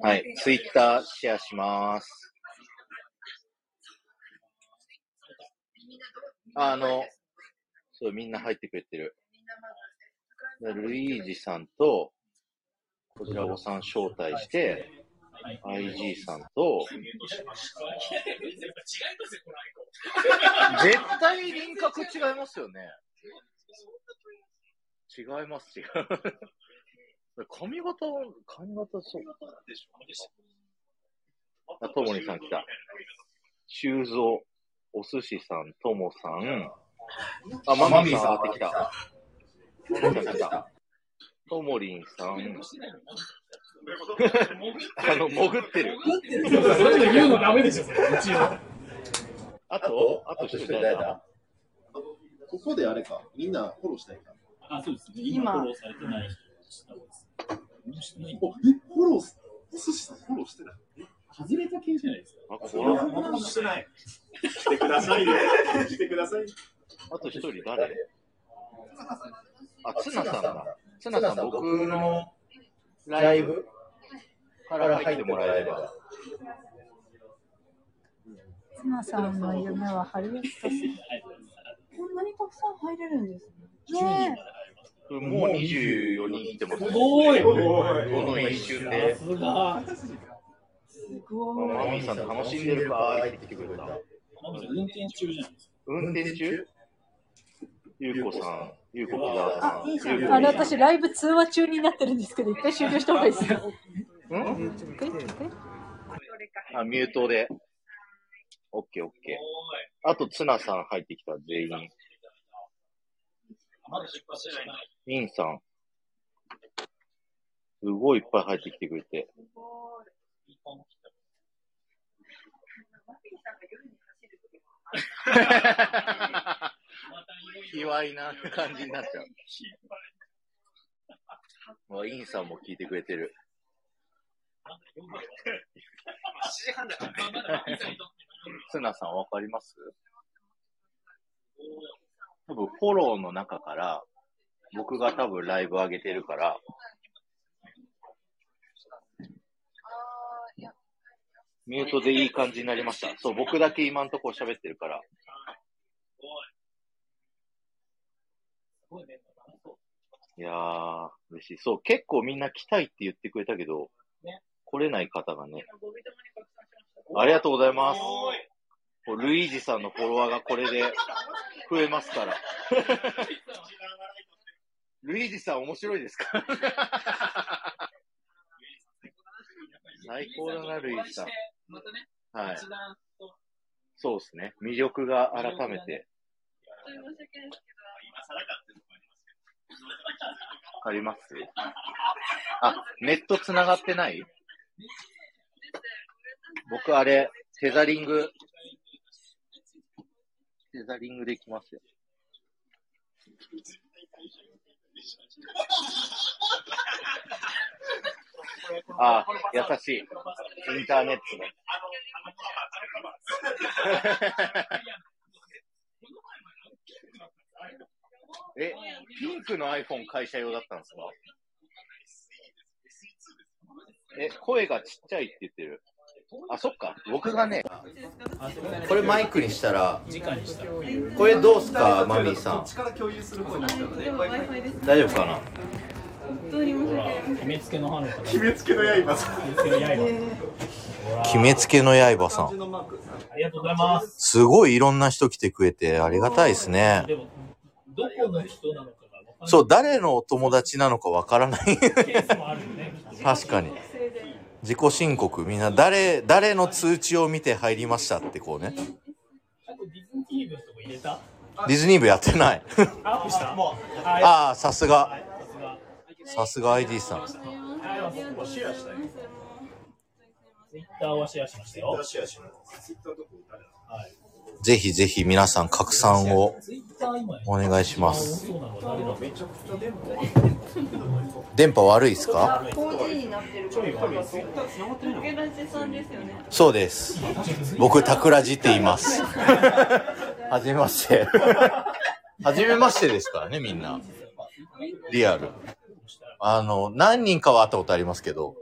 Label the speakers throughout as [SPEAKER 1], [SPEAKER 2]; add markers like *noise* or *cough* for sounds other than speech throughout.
[SPEAKER 1] はい。ツイッターシェアします。あの、そう、みんな入ってくれてる。でルイージさんと、こちらごさん招待して、IG さんと、絶対輪郭違いますよね。違います、違う。髪型、髪型そう。あ、ともりさん来た。修造、お寿司さん、ともさん。あ、マミーさん上がってきた。マミーさん来た。ともりんさん。 *laughs* あの、潜ってる。
[SPEAKER 2] それで言うのダメでしょ、それ一応。
[SPEAKER 1] あ
[SPEAKER 3] あ
[SPEAKER 1] と、あと一人誰だ
[SPEAKER 3] ここであれか、みんなフォローしたいか。
[SPEAKER 4] あ、そうですね。今、
[SPEAKER 5] 今
[SPEAKER 4] フォローされてない人です。
[SPEAKER 3] おえ、フォローす、お寿司さんフォローしてない。
[SPEAKER 4] 外れた系じゃないですか。
[SPEAKER 1] あ、怖っ
[SPEAKER 3] ローしてない。してくださいよ。してください。
[SPEAKER 1] あと一人誰あ、ツナさんだ。ツナさん、僕の
[SPEAKER 6] の
[SPEAKER 1] ライブから入ってもらえれば。
[SPEAKER 5] ツナさんの夢はハリウッドスター。こんなにたくさん入れるんですね。ね
[SPEAKER 1] もう24人来てますね。
[SPEAKER 4] ごい
[SPEAKER 6] お
[SPEAKER 1] この一瞬で。
[SPEAKER 4] すが。
[SPEAKER 5] え、すごい。
[SPEAKER 1] マミーさん楽しんでるかーいって来てくれた。
[SPEAKER 4] 運転中じゃないですか。
[SPEAKER 1] 運転中ゆうこさん、ゆうこ木沢さ
[SPEAKER 5] あ
[SPEAKER 1] ん、。
[SPEAKER 5] いいじゃ。
[SPEAKER 1] ゆうんこ
[SPEAKER 5] あれ、私、ライブ通話中になってるんですけど、一回終了した方がいいですかええ
[SPEAKER 1] あ、ミュートで。オッケーオッケー。あと、ツナさん入ってきた、全員。
[SPEAKER 4] まだ出発してない。
[SPEAKER 1] インさん。すごいいっぱい入ってきてくれて。卑猥な感じになっちゃう。わインさんも聞いてくれてる。ツナさんわかります多分フォローの中から、僕が多分ライブ上げてるから、ミュートでいい感じになりました。そう、僕だけ今んとこ喋ってるから。いやー、嬉しい。そう、結構みんな来たいって言ってくれたけど、来れない方がね。ありがとうございます。こうルイージさんのフォロワーがこれで増えます *laughs* から。ルイージさん面白いです *laughs* か最高だな、ルイージさん。
[SPEAKER 4] またね、
[SPEAKER 1] はい。
[SPEAKER 4] 一段と
[SPEAKER 1] そうですね。魅力が改めて
[SPEAKER 4] 今更かっていうのもありますけ
[SPEAKER 1] わかりますあ、ネット繋がってない僕あれ、テザリング、テザリングできますよ。あ、優しい。インターネットで。え、ピンクの iPhone 会社用だったんですかえ、声がちっちゃいって言ってる。あ、そっか。僕がね、
[SPEAKER 6] これマイクにしたら、
[SPEAKER 4] ど。直にしたら。
[SPEAKER 6] これどうすか、マミーさん。
[SPEAKER 3] から共有する方に
[SPEAKER 6] 大丈夫かな
[SPEAKER 4] 決めつけの反応かな。
[SPEAKER 3] 決めつけの刃さん。
[SPEAKER 4] 決めつけの刃。
[SPEAKER 6] 決めつけの刃さん。
[SPEAKER 4] ありがとうございます。
[SPEAKER 6] すごいいろんな人来てくれてありがたいですね。
[SPEAKER 4] でも、どこの人なのかがわかんない
[SPEAKER 6] そう、誰のお友達なのかわからない。
[SPEAKER 4] ケースもあるよね。きっと
[SPEAKER 6] 確かに。自己申告。みんな誰、誰の通知を見て入りましたってこうね。
[SPEAKER 4] あとディズニー部のとこ入れた
[SPEAKER 6] ディズニー部やってない。
[SPEAKER 4] アップしたもう。はい。
[SPEAKER 6] ああ、さすが。
[SPEAKER 4] さすが。
[SPEAKER 6] さすが ID さん。
[SPEAKER 3] シェアしたい。
[SPEAKER 4] ツイッターはシェアしましたよ。
[SPEAKER 3] シェアします。
[SPEAKER 4] はい。
[SPEAKER 6] ぜひぜひ皆さん拡散を
[SPEAKER 4] ツイッター今
[SPEAKER 6] お願いします。
[SPEAKER 4] そうなのは誰なの
[SPEAKER 6] 電波悪いですかそうです。僕、タクラジって言い
[SPEAKER 1] *laughs*
[SPEAKER 6] ます。はじめまして。はじめましてですからね、みんな。リアル。
[SPEAKER 1] あの、何人かは会ったことありますけど、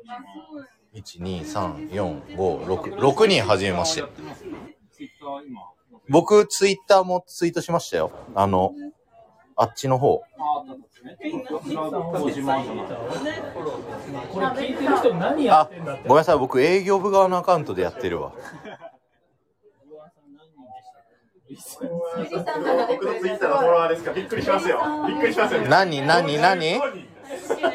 [SPEAKER 1] 1、2、3、4、5、6、6人初めまして。僕、ツイッターもツイートしましたよ。あの、あっちの方。
[SPEAKER 4] これ聞いてる人何や
[SPEAKER 1] あ
[SPEAKER 4] ってんだっ、て
[SPEAKER 1] ごめんなさい、僕営業部側のアカウントでやってるわ。
[SPEAKER 7] 僕のツイッターのフォロワーですかびっくりしますよ。びっくりしますよ。
[SPEAKER 1] 何人何人何人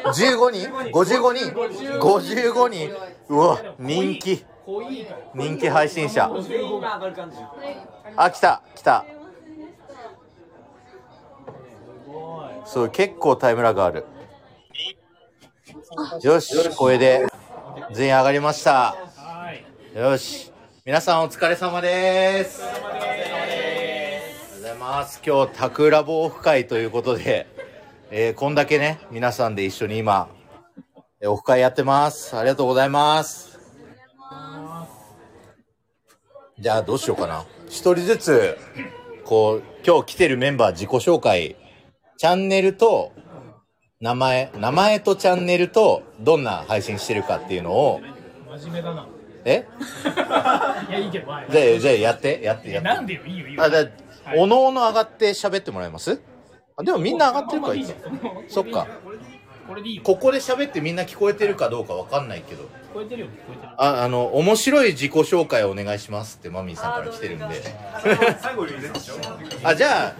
[SPEAKER 1] ?15 人 ?55 人 ?55 人うわ、人気。
[SPEAKER 4] 濃いから
[SPEAKER 1] 人気配信者。
[SPEAKER 8] 今上がる感じ。
[SPEAKER 1] あ、来た、来た。
[SPEAKER 4] すごい
[SPEAKER 1] そう、結構タイムラグある。よし、これで、全員上がりました。
[SPEAKER 4] はい
[SPEAKER 1] よし。皆さんお疲れ様です。お疲れ様です。ありがとうございます。今日、タクラボオフ会ということで、えー、こんだけね、皆さんで一緒に今、えーオフ会やってます。ありがとうございます。じゃあ、どうしようかな。一人ずつ、こう、今日来てるメンバー自己紹介、チャンネルと、名前、名前とチャンネルと、どんな配信してるかっていうのを、
[SPEAKER 4] 真面目だな
[SPEAKER 1] え
[SPEAKER 4] いやいいけど前
[SPEAKER 1] じゃあ、じゃあやって、やって、
[SPEAKER 4] い
[SPEAKER 1] や
[SPEAKER 4] や
[SPEAKER 1] って
[SPEAKER 4] な。んでよいいよいいよ
[SPEAKER 1] あ、だ、
[SPEAKER 4] い
[SPEAKER 1] おのおの上がって喋ってもらいますあ、でもみんな上がってるからいいか。そっか。
[SPEAKER 4] これでいいよ
[SPEAKER 1] ここで喋ってみんな聞こえてるかどうかわかんないけど。
[SPEAKER 4] 聞こえてるよ聞こえてる
[SPEAKER 1] あ、あの、面白い自己紹介お願いしますってマミーさんから来てるんで。
[SPEAKER 8] *laughs* 最後入れるでしょ。
[SPEAKER 1] あ、じゃあ、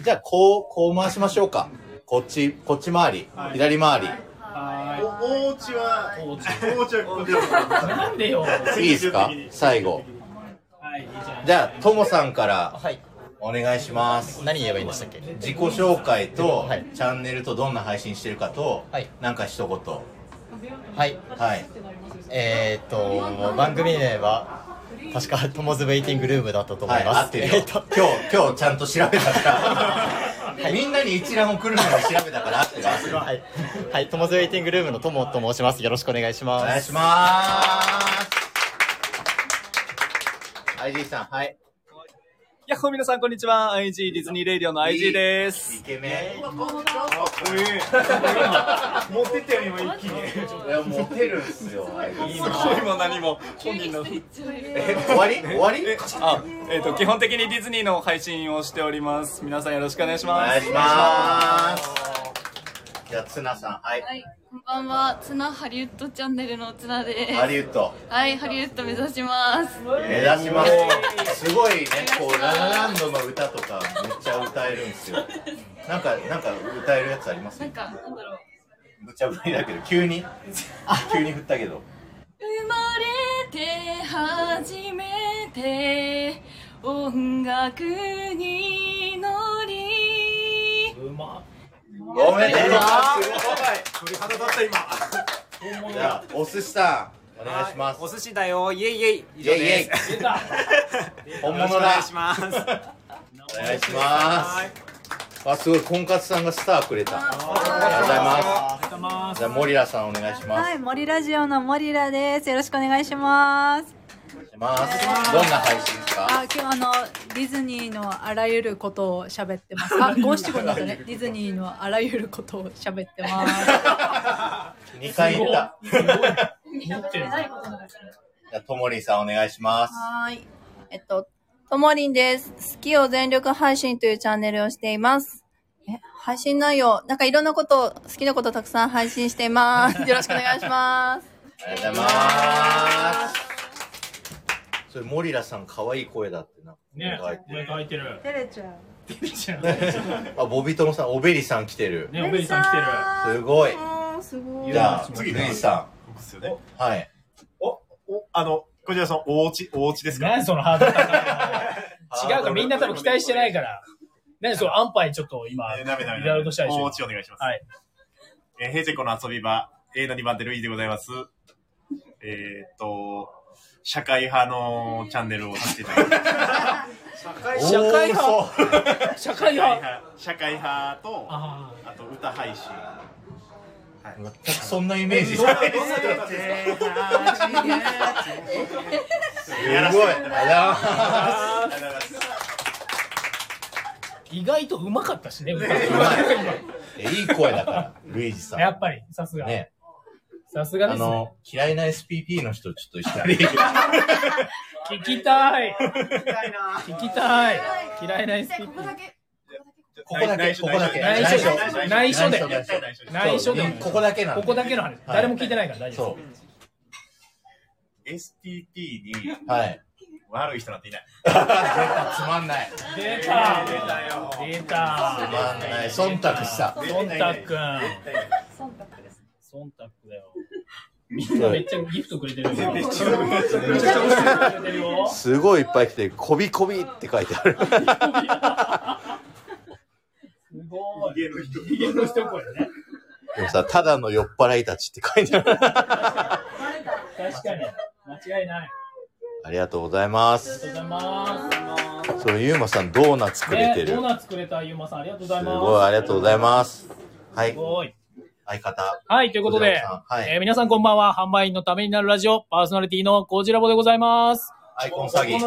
[SPEAKER 1] じゃあこう、こう回しましょうか。こっち、こっち回り、左回り。
[SPEAKER 4] は
[SPEAKER 7] お、お家は、
[SPEAKER 4] ーいおうち
[SPEAKER 7] お家はここでやる
[SPEAKER 4] なんでよはい
[SPEAKER 1] いいですか最後。
[SPEAKER 4] いいじゃん
[SPEAKER 1] じゃあ、ともさんから
[SPEAKER 9] はい。
[SPEAKER 1] お願いします。
[SPEAKER 9] 何言えばいいんでしたっけ
[SPEAKER 1] 自己紹介と、
[SPEAKER 9] はい
[SPEAKER 1] チャンネルとどんな配信してるかと、
[SPEAKER 9] はい
[SPEAKER 1] なんか一言。
[SPEAKER 9] はい。
[SPEAKER 1] はい。
[SPEAKER 9] えー、っと、番組名は、確か、トモズウェイティングルームだったと思
[SPEAKER 1] はいい、
[SPEAKER 9] ます。
[SPEAKER 1] 合ってるよ。
[SPEAKER 9] えー
[SPEAKER 1] 今
[SPEAKER 9] っと、
[SPEAKER 1] 日、今日ちゃんと調べたから。
[SPEAKER 9] *laughs*
[SPEAKER 1] みんなに一覧を来るのを調べたから合ってる。
[SPEAKER 9] はい。はい、トモズウェイティングルームのトモと申します。よろしくお願いし
[SPEAKER 1] お
[SPEAKER 9] ます。
[SPEAKER 1] 願いします。IG さん、はい。
[SPEAKER 8] やっほー皆さんこんにちは。IG ディズニーレイディオの IG です。
[SPEAKER 1] イケメ
[SPEAKER 8] 持ってったよ今一気に。
[SPEAKER 1] ン。いや、モテるん
[SPEAKER 8] *laughs*
[SPEAKER 1] すよ。
[SPEAKER 8] 声も何も本人の。
[SPEAKER 1] え、終わり終わり
[SPEAKER 8] あ、えっ、と基本的にディズニーの配信をしております。皆さんよろしくお願いし
[SPEAKER 1] お
[SPEAKER 8] ます。
[SPEAKER 1] 願いします。じゃあ、ツナさん、はい。
[SPEAKER 10] はい、こんばんは。ツナハリウッドチャンネルのツナです。
[SPEAKER 1] ハリウッド、
[SPEAKER 10] はい、ハリウッド目指します。
[SPEAKER 1] 目指します。すごいね、こう、ララランドの歌とか、めっちゃ歌えるんですよ。なんか、なんか歌えるやつあります
[SPEAKER 10] なんか、なんだろう。
[SPEAKER 1] 無茶ぶりだけど急に急に振ったけど
[SPEAKER 10] 生まれて初めて音楽に乗り。
[SPEAKER 4] うま
[SPEAKER 1] ごめんね
[SPEAKER 8] 鳥肌だった今。
[SPEAKER 1] じゃあお寿司さんお願いします
[SPEAKER 8] お寿司だよ。イエイイエイ。以
[SPEAKER 1] イェ
[SPEAKER 8] 上
[SPEAKER 1] イイ
[SPEAKER 8] です。
[SPEAKER 1] ェイ
[SPEAKER 4] 出た
[SPEAKER 1] 本
[SPEAKER 8] よろ
[SPEAKER 1] 物
[SPEAKER 8] しくお願い
[SPEAKER 1] だ
[SPEAKER 8] します。
[SPEAKER 1] お願いしますあすごい婚活さんがスターくれたありがとうございますじゃあモリラさんお願いします
[SPEAKER 5] はい、モリラジオのモリラです。よろしくお願いします。
[SPEAKER 1] しますどんな配信ですか
[SPEAKER 5] あ、今日あのディズニーのあらゆることを喋ってます。
[SPEAKER 10] *laughs*
[SPEAKER 5] あ、五七五だったね。ディズニーのあらゆることを喋ってます。
[SPEAKER 1] 二回言った
[SPEAKER 4] 持ってる
[SPEAKER 1] じゃあともりんさんお願いします
[SPEAKER 11] はーい。えっと、ともりんです。好きを全力配信というチャンネルをしています。え、配信内容、なんかいろんなことを、好きなことたくさん配信しています。よろしくお願いします。
[SPEAKER 1] ありがとうございますそれモリラさん可愛い声だってな
[SPEAKER 4] ね
[SPEAKER 1] なんか
[SPEAKER 4] お前が入ってる
[SPEAKER 5] 照れちゃう。
[SPEAKER 1] あボビトモさんおべりさん来てる
[SPEAKER 4] ねおべりさん来てる
[SPEAKER 1] すごい
[SPEAKER 11] あー、すご
[SPEAKER 1] じゃあ、次、
[SPEAKER 7] 次
[SPEAKER 1] ルイさ
[SPEAKER 7] 僕っすよね。
[SPEAKER 1] ん。はい。
[SPEAKER 7] お、あの、こちらさん、お家、お家ですか
[SPEAKER 4] 何そのハードル高いな違うかみんな多分期待してないから何その安牌ちょっと今
[SPEAKER 7] えー、なめなめ
[SPEAKER 4] いろいろとしたでし
[SPEAKER 7] お
[SPEAKER 4] ょ
[SPEAKER 7] 家お願いします。
[SPEAKER 4] はい。
[SPEAKER 7] えー、ヘイチェコの遊び場、A の2番手ルイでございます。えーっと、社会派のチャンネルをさせていただきます。
[SPEAKER 1] 社会派
[SPEAKER 4] 社会
[SPEAKER 7] 社会
[SPEAKER 4] 派
[SPEAKER 7] 派、社会派と、あ
[SPEAKER 4] あ
[SPEAKER 7] と歌配信。
[SPEAKER 1] 全くそんなイメージ *laughs* ない。すごい。あら
[SPEAKER 7] ありがとうございます。
[SPEAKER 4] 意外とうまかったしね、歌
[SPEAKER 1] えいい声だから、ルイージさん。
[SPEAKER 4] やっぱり、さすが。
[SPEAKER 1] ね。
[SPEAKER 4] さすが
[SPEAKER 1] あ
[SPEAKER 4] ですね。
[SPEAKER 1] の、嫌いな SPP の人、ちょっと一緒に。
[SPEAKER 4] 聞きたい。聞きたいな。聞きたい。嫌いな SP。ここだけ。
[SPEAKER 1] ここだけ、ここだけ。
[SPEAKER 4] 内緒で。内緒で。内緒で。
[SPEAKER 1] ここだけなの。
[SPEAKER 4] ここだけの話。誰も聞いてないから大丈夫。
[SPEAKER 7] STP に、
[SPEAKER 1] はい。
[SPEAKER 7] 悪い人なんていない。
[SPEAKER 1] 出たつまんない。
[SPEAKER 4] 出た出たよ。出た。
[SPEAKER 1] つまんない。忖度した。
[SPEAKER 4] 忖度くん。忖度だよ。みんなめっちゃギフトくれてるよ。めっちゃめちゃくれてるよ。
[SPEAKER 1] すごいいっぱい来て、こびこびって書いてあ *laughs* る。
[SPEAKER 4] すごい。家の人声ね。
[SPEAKER 1] でもさ、ただの酔っ払いたちって書いてある。
[SPEAKER 4] 確かに。間違いない。
[SPEAKER 1] ありがとうございます。
[SPEAKER 4] ありがとうございます。
[SPEAKER 1] そう、ゆうまさん、ドーナツくれて
[SPEAKER 4] ね
[SPEAKER 1] る。
[SPEAKER 4] ド
[SPEAKER 1] す
[SPEAKER 4] ーナツくれたゆうまさん、ありがとうございます。
[SPEAKER 1] ごい、ありがとうございます。は
[SPEAKER 4] す
[SPEAKER 1] い、
[SPEAKER 4] ごい。
[SPEAKER 1] 相方。
[SPEAKER 4] はい、ということで、えー皆さんこんばんは。販売員のためになるラジオ、パーソナリティのコージラボでございます。
[SPEAKER 1] アイコン詐欺。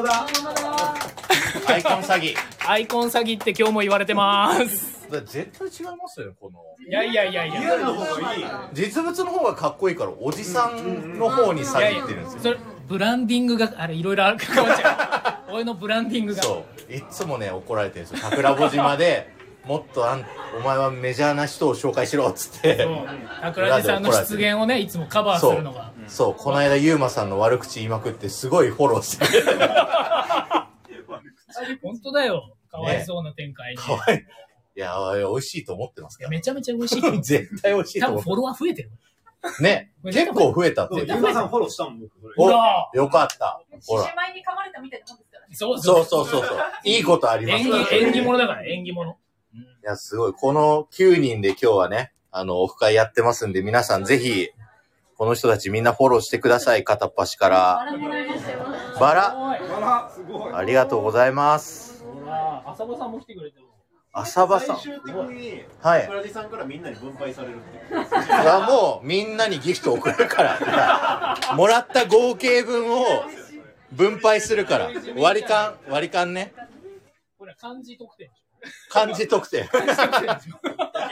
[SPEAKER 1] アイコン詐欺。
[SPEAKER 4] アイコン詐欺って今日も言われてます。
[SPEAKER 1] 絶対違いますよね、この。
[SPEAKER 4] *laughs* いやいやいやいや。
[SPEAKER 1] 実物の方がかっこいいから、おじさんの方に詐欺ってるんですよ。
[SPEAKER 4] それ、ブランディングが、あれ、いろいろあるかもし
[SPEAKER 1] *laughs*
[SPEAKER 4] れない。俺のブランディングが。
[SPEAKER 1] そう。いつもね、怒られてるんですよ。桜穂島で、 *laughs* もっとあん、お前はメジャーな人を紹介しろ、っつって。
[SPEAKER 4] 桜地さんの出現をね、いつもカバーす
[SPEAKER 1] そ
[SPEAKER 4] るの
[SPEAKER 1] う
[SPEAKER 4] が。、
[SPEAKER 1] そう、この間、ゆうまさんの悪口言いまくって、すごいフォローして *laughs* くれた。
[SPEAKER 4] 本当だよ。かわいそうな展開に。
[SPEAKER 1] かわいい。いや、美味しいと思ってます
[SPEAKER 4] い
[SPEAKER 1] か
[SPEAKER 4] やめちゃめちゃ美
[SPEAKER 1] *laughs*
[SPEAKER 4] 味しいと
[SPEAKER 1] ら。
[SPEAKER 4] 思う。
[SPEAKER 1] 絶対美味しい
[SPEAKER 4] 多
[SPEAKER 1] と
[SPEAKER 4] 分
[SPEAKER 1] 思
[SPEAKER 4] フォロワー増えてる。
[SPEAKER 1] う。ね、 *laughs* 結構増えたって。
[SPEAKER 2] ゆうまさんフォローしたもん、僕。
[SPEAKER 1] お
[SPEAKER 4] ほら、
[SPEAKER 1] よかった。ほら。
[SPEAKER 5] 前に噛まれたみたいなもんですからね。
[SPEAKER 4] そう
[SPEAKER 1] そ
[SPEAKER 4] そうう。
[SPEAKER 1] そうそうそう。いいことあります
[SPEAKER 4] 縁
[SPEAKER 1] から
[SPEAKER 4] 起、縁起物だから、縁起物。
[SPEAKER 1] いや、すごい。この9人で今日はね、あの、オフ会やってますんで、皆さんぜひ、この人たちみんなフォローしてください。片っ端から。バラ、
[SPEAKER 4] おいほ
[SPEAKER 1] ありがとうございます。
[SPEAKER 4] ら、浅場さんも来てくれてる。
[SPEAKER 1] 浅場さん
[SPEAKER 2] 最。終的に、
[SPEAKER 1] はい。
[SPEAKER 2] 村地さんからみんなに分配されるっていう。
[SPEAKER 1] はもうみんなにギフト送るから。 *laughs* もらった合計分を分配するから。割り勘、割り勘ね。
[SPEAKER 4] これ漢字特典でし
[SPEAKER 1] 漢字特 *laughs* 典。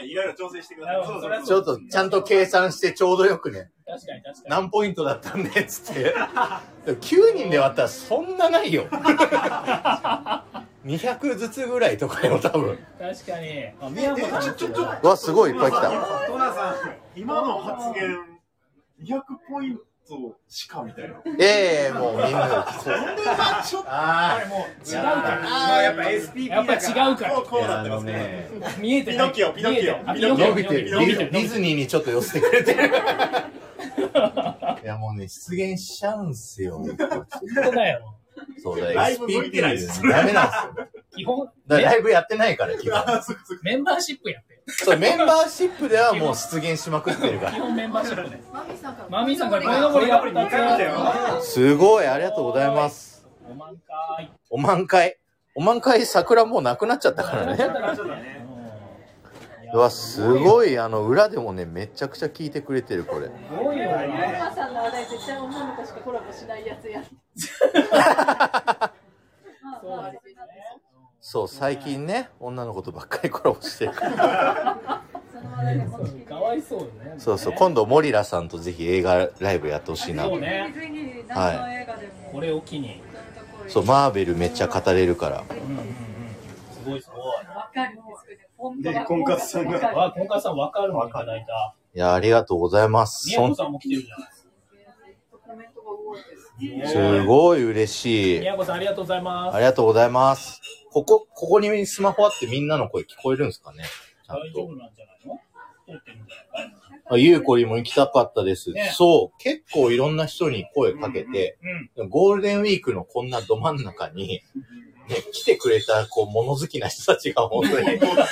[SPEAKER 7] いろいろ調整してくだ
[SPEAKER 4] な
[SPEAKER 7] さ
[SPEAKER 4] る
[SPEAKER 7] い。
[SPEAKER 4] ほ
[SPEAKER 7] そ
[SPEAKER 4] ど
[SPEAKER 7] う
[SPEAKER 1] ち
[SPEAKER 7] そう
[SPEAKER 1] ょっとちゃんと計算してちょうどよくね。
[SPEAKER 4] ょ確かに確かに。
[SPEAKER 1] 何ポイントだったんで、つって。でも9人で割ったらそんなな
[SPEAKER 2] *laughs*
[SPEAKER 1] いよ。200ずつぐらいとかよ、多分。
[SPEAKER 4] 確かに。あ、宮本さんも来てくれた。
[SPEAKER 1] わ、すごいいっぱい来
[SPEAKER 2] ト
[SPEAKER 1] た。
[SPEAKER 2] ナさん、今の発言、200ポイントしかみたいな。
[SPEAKER 1] ええもうみんな。
[SPEAKER 2] ちょっと
[SPEAKER 1] ああ、
[SPEAKER 2] も
[SPEAKER 4] 違うから。
[SPEAKER 2] あやっぱ SPP
[SPEAKER 4] やっぱ違うから
[SPEAKER 2] もうこうなってま
[SPEAKER 1] いやあの
[SPEAKER 2] すね。
[SPEAKER 1] ね。
[SPEAKER 4] 見えてない。
[SPEAKER 2] ピノキオピノキオ
[SPEAKER 4] 見えてないあ
[SPEAKER 2] ピ
[SPEAKER 4] ピ
[SPEAKER 2] ノキオ
[SPEAKER 4] ノキオ
[SPEAKER 1] 伸びてる。デ
[SPEAKER 4] 伸びて
[SPEAKER 1] ィ
[SPEAKER 4] る
[SPEAKER 1] ディズニーにちょっと寄せてくれてる。いや、もうね、出現しちゃうんすよ。
[SPEAKER 4] 本当だよ。
[SPEAKER 1] そうだ、
[SPEAKER 2] ライブ向い
[SPEAKER 1] SPP
[SPEAKER 2] てないです
[SPEAKER 1] ダメなんですよ。
[SPEAKER 4] 基本、
[SPEAKER 1] だからライブやってないから、基本。
[SPEAKER 2] *laughs*
[SPEAKER 4] メンバーシップやってる。
[SPEAKER 1] そう、メンバーシップではもう出現しまくってるか
[SPEAKER 4] 基本メンバーシップで。
[SPEAKER 5] マミさんから
[SPEAKER 4] マミーさんから鯉のぼりが2つ。
[SPEAKER 1] ら。すごい、ありがとうございます。
[SPEAKER 4] おまんかーい。
[SPEAKER 1] お満開。お満開桜もうなくなっちゃったからね。うわ、すごい、あの、裏でもね、めちゃくちゃ聞いてくれてる、これ。
[SPEAKER 4] すごいよね。
[SPEAKER 5] ママさんの話題絶対女の子しかコラボしないやつ
[SPEAKER 11] *laughs*
[SPEAKER 5] や。
[SPEAKER 4] そうなんですね。
[SPEAKER 1] そう、最近ね、女の子とばっかりコラボして *laughs* るから。
[SPEAKER 4] そうかわいそうよね。
[SPEAKER 1] そうそう、今度、モリラさんとぜひ映画ライブやってほしいな。
[SPEAKER 4] そうね。
[SPEAKER 5] ぜひ
[SPEAKER 1] 何の
[SPEAKER 5] 映画でも
[SPEAKER 4] これを機に。
[SPEAKER 1] そう、マーベルめっちゃ語れるから。
[SPEAKER 4] うんうんうん。すごいすご
[SPEAKER 5] わかるんですけど、本当
[SPEAKER 2] で婚活さんが
[SPEAKER 4] い。わ、今回さん分かるのいただいた。
[SPEAKER 1] いや、ありがとうございます。
[SPEAKER 4] 宮
[SPEAKER 1] そん
[SPEAKER 4] 本さんも来てるじゃない
[SPEAKER 5] コメントが多いです。
[SPEAKER 4] ですか。
[SPEAKER 1] すごい嬉しい。
[SPEAKER 4] 宮本さんありがとうございます
[SPEAKER 1] あ。りがとうございます。ここ、ここにスマホあってみんなの声聞こえるんですかねちゃ
[SPEAKER 4] 大
[SPEAKER 1] ん
[SPEAKER 4] 丈
[SPEAKER 1] と
[SPEAKER 4] 夫なんじゃないの撮ってるんじゃないか。
[SPEAKER 1] あ。ゆうこりも行きたかったです。
[SPEAKER 4] ね
[SPEAKER 1] そう、結構いろんな人に声かけて、
[SPEAKER 4] うん。
[SPEAKER 1] ゴールデンウィークのこんなど真ん中に、ね、来てくれた、こう、物好きな人たちが本当に、
[SPEAKER 4] *laughs*
[SPEAKER 1] 物好
[SPEAKER 4] いや、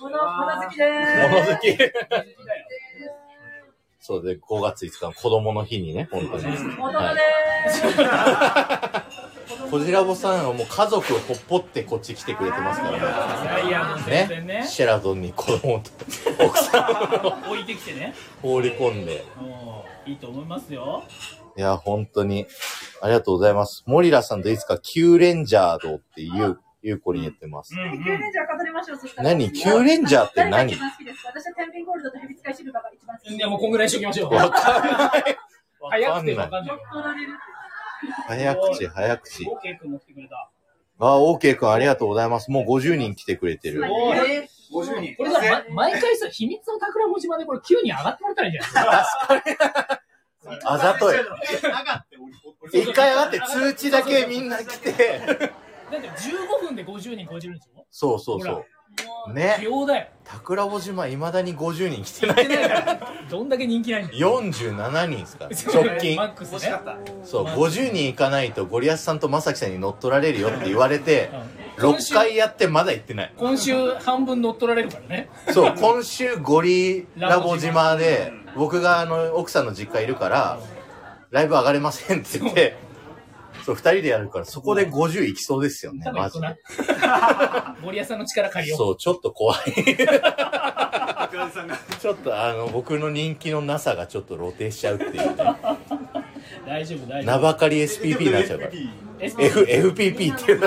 [SPEAKER 5] この花好きです。
[SPEAKER 1] き。
[SPEAKER 4] だよ。
[SPEAKER 1] そうで、5月5日の子供の日にね、本当に。
[SPEAKER 5] 元
[SPEAKER 1] はい
[SPEAKER 5] 々で
[SPEAKER 1] こじらぼさんはもう家族をほっぽってこっち来てくれてますから
[SPEAKER 4] いやいや、もう全
[SPEAKER 1] ね。
[SPEAKER 4] 然ね。
[SPEAKER 1] シェラドンに子供と奥さんを
[SPEAKER 4] 置いてきてね。
[SPEAKER 1] 放り込んで。
[SPEAKER 4] うんいいと思いますよ。
[SPEAKER 1] いや、本当に。ありがとうございます。モリラさんといつかキューレンジャードっていうゆうこりん言ってます。
[SPEAKER 6] キューレンジャー語りましょう、そしたら。
[SPEAKER 1] 何キューレンジャーって何
[SPEAKER 6] 誰が一番好きですか私は天秤ゴールドとヘビ使いシルバーが一番好きです。いや、もうこんぐらいしときましょう。
[SPEAKER 1] わかんない。
[SPEAKER 6] 早
[SPEAKER 1] くてわか
[SPEAKER 6] んない。
[SPEAKER 1] 早口、早口。
[SPEAKER 4] ケイ君も来てくれた。
[SPEAKER 1] あ、オーケーくんありがとうございます。もう50人来てくれてる。
[SPEAKER 4] え50人。これさ、ま毎回さ、秘密の宝物島でこれ9人上がってもらったらいいんじゃない
[SPEAKER 1] あざとい。
[SPEAKER 4] 俺
[SPEAKER 1] 一回上がって通知だけみんな来て。
[SPEAKER 4] だって15分で50人超えてるんですよ。
[SPEAKER 1] そうそうそう。ね。
[SPEAKER 4] 秒だよ。
[SPEAKER 1] 桜尾島、いまだに50人来てない。
[SPEAKER 4] どんだけ人気ないんだよ。
[SPEAKER 1] 47人ですから、
[SPEAKER 4] *laughs*
[SPEAKER 1] 直近
[SPEAKER 4] マ。ックスね。
[SPEAKER 1] そう、50人行かないとゴリアスさんとまさきさんに乗っ取られるよって言われて、6回やってまだ行ってない。
[SPEAKER 4] 今週半分乗っ取られるからね。
[SPEAKER 1] そう、今週ゴリラボ島で、僕があの、奥さんの実家いるから、ライブ上がれませんって言って、そう、二人でやるから、そこで50行きそうですよね、マジで。
[SPEAKER 4] 森谷さんの力借りよう。
[SPEAKER 1] そう、ちょっと怖い。ちょっとあの、僕の人気のなさがちょっと露呈しちゃうっていうね。
[SPEAKER 4] 大丈夫、大丈夫。
[SPEAKER 1] 名ばかり SPP になっちゃうから。F、FPP っていう。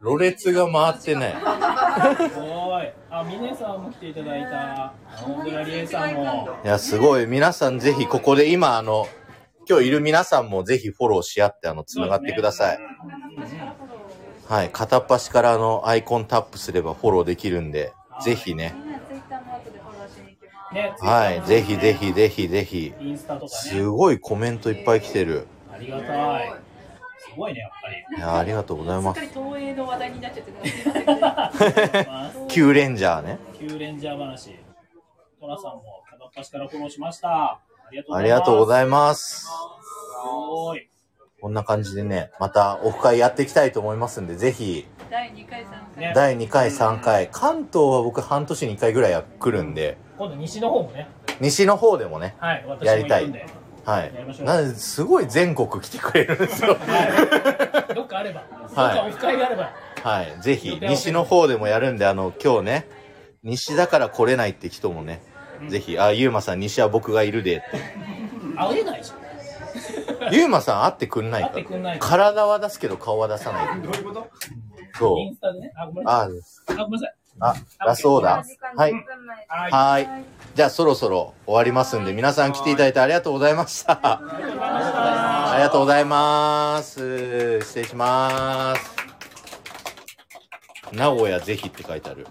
[SPEAKER 1] ろれつが回ってない。
[SPEAKER 4] すごい。あ、ミネさんも来ていただいた。大村理恵さんも。
[SPEAKER 1] いや、すごい。皆さんぜひここで今、あの、今日いる皆さんもぜひフォローし合って、あの、つながってください。はい。片っ端からあの、アイコンタップすればフォローできるんで、ぜひね。
[SPEAKER 4] ね、
[SPEAKER 1] はい。ぜひぜひぜひぜひ。
[SPEAKER 4] インスタとか
[SPEAKER 1] すごいコメントいっぱい来てる。
[SPEAKER 4] ありがたい。すごいね、やっぱ
[SPEAKER 1] *laughs*
[SPEAKER 4] り。
[SPEAKER 1] いや、ありがとうござい
[SPEAKER 6] すっ
[SPEAKER 1] ま
[SPEAKER 6] か
[SPEAKER 1] す。
[SPEAKER 6] り東映の話題になっちゃってる。
[SPEAKER 1] *laughs* キューレンジャーね。
[SPEAKER 4] 旧レンジャー話。トラさんも片っ端からフォローしました。
[SPEAKER 1] ありがとうございます。
[SPEAKER 4] すごい。
[SPEAKER 1] こんな感じでね、またオフ会やっていきたいと思いますんで、ぜひ、
[SPEAKER 6] 第2回、3回。
[SPEAKER 1] 第2回、3回。関東は僕半年に1回ぐらいは来るんで、
[SPEAKER 4] 今度西の方もね。
[SPEAKER 1] 西の方でもね、
[SPEAKER 4] はい、私も
[SPEAKER 1] やりた
[SPEAKER 4] 行く
[SPEAKER 1] い
[SPEAKER 4] んで。。
[SPEAKER 1] はい
[SPEAKER 4] やりましょ。う
[SPEAKER 1] なんで、すごい全国来てくれるんです
[SPEAKER 4] *laughs*
[SPEAKER 1] よ。
[SPEAKER 4] どっかあれば。どっ
[SPEAKER 1] はい
[SPEAKER 4] かオフ会があれば。
[SPEAKER 1] はい。ぜひ、西の方でもやるんで、あの、今日ね、西だから来れないって人もね、ぜひ、あ、ゆうまさん、西は僕がいるでって。
[SPEAKER 4] 会えないじゃん。
[SPEAKER 1] ゆうまさん会ってくんない
[SPEAKER 4] 会ってくん
[SPEAKER 1] か
[SPEAKER 4] な
[SPEAKER 1] ら。
[SPEAKER 4] い
[SPEAKER 1] 体は出すけど顔は出さない。
[SPEAKER 4] どういうこと
[SPEAKER 1] そ
[SPEAKER 4] イン
[SPEAKER 1] う。
[SPEAKER 4] スタでね。あ、ごめんなさい。
[SPEAKER 1] あ、
[SPEAKER 4] あ、ごめんなさい。
[SPEAKER 1] あ、だそうだ。はい。
[SPEAKER 4] はい。
[SPEAKER 1] はい。じゃあそろそろ終わりますんで、皆さん来ていただいてありがとうございました。ありがとうございます。失礼します。名古屋ぜひって書いてある。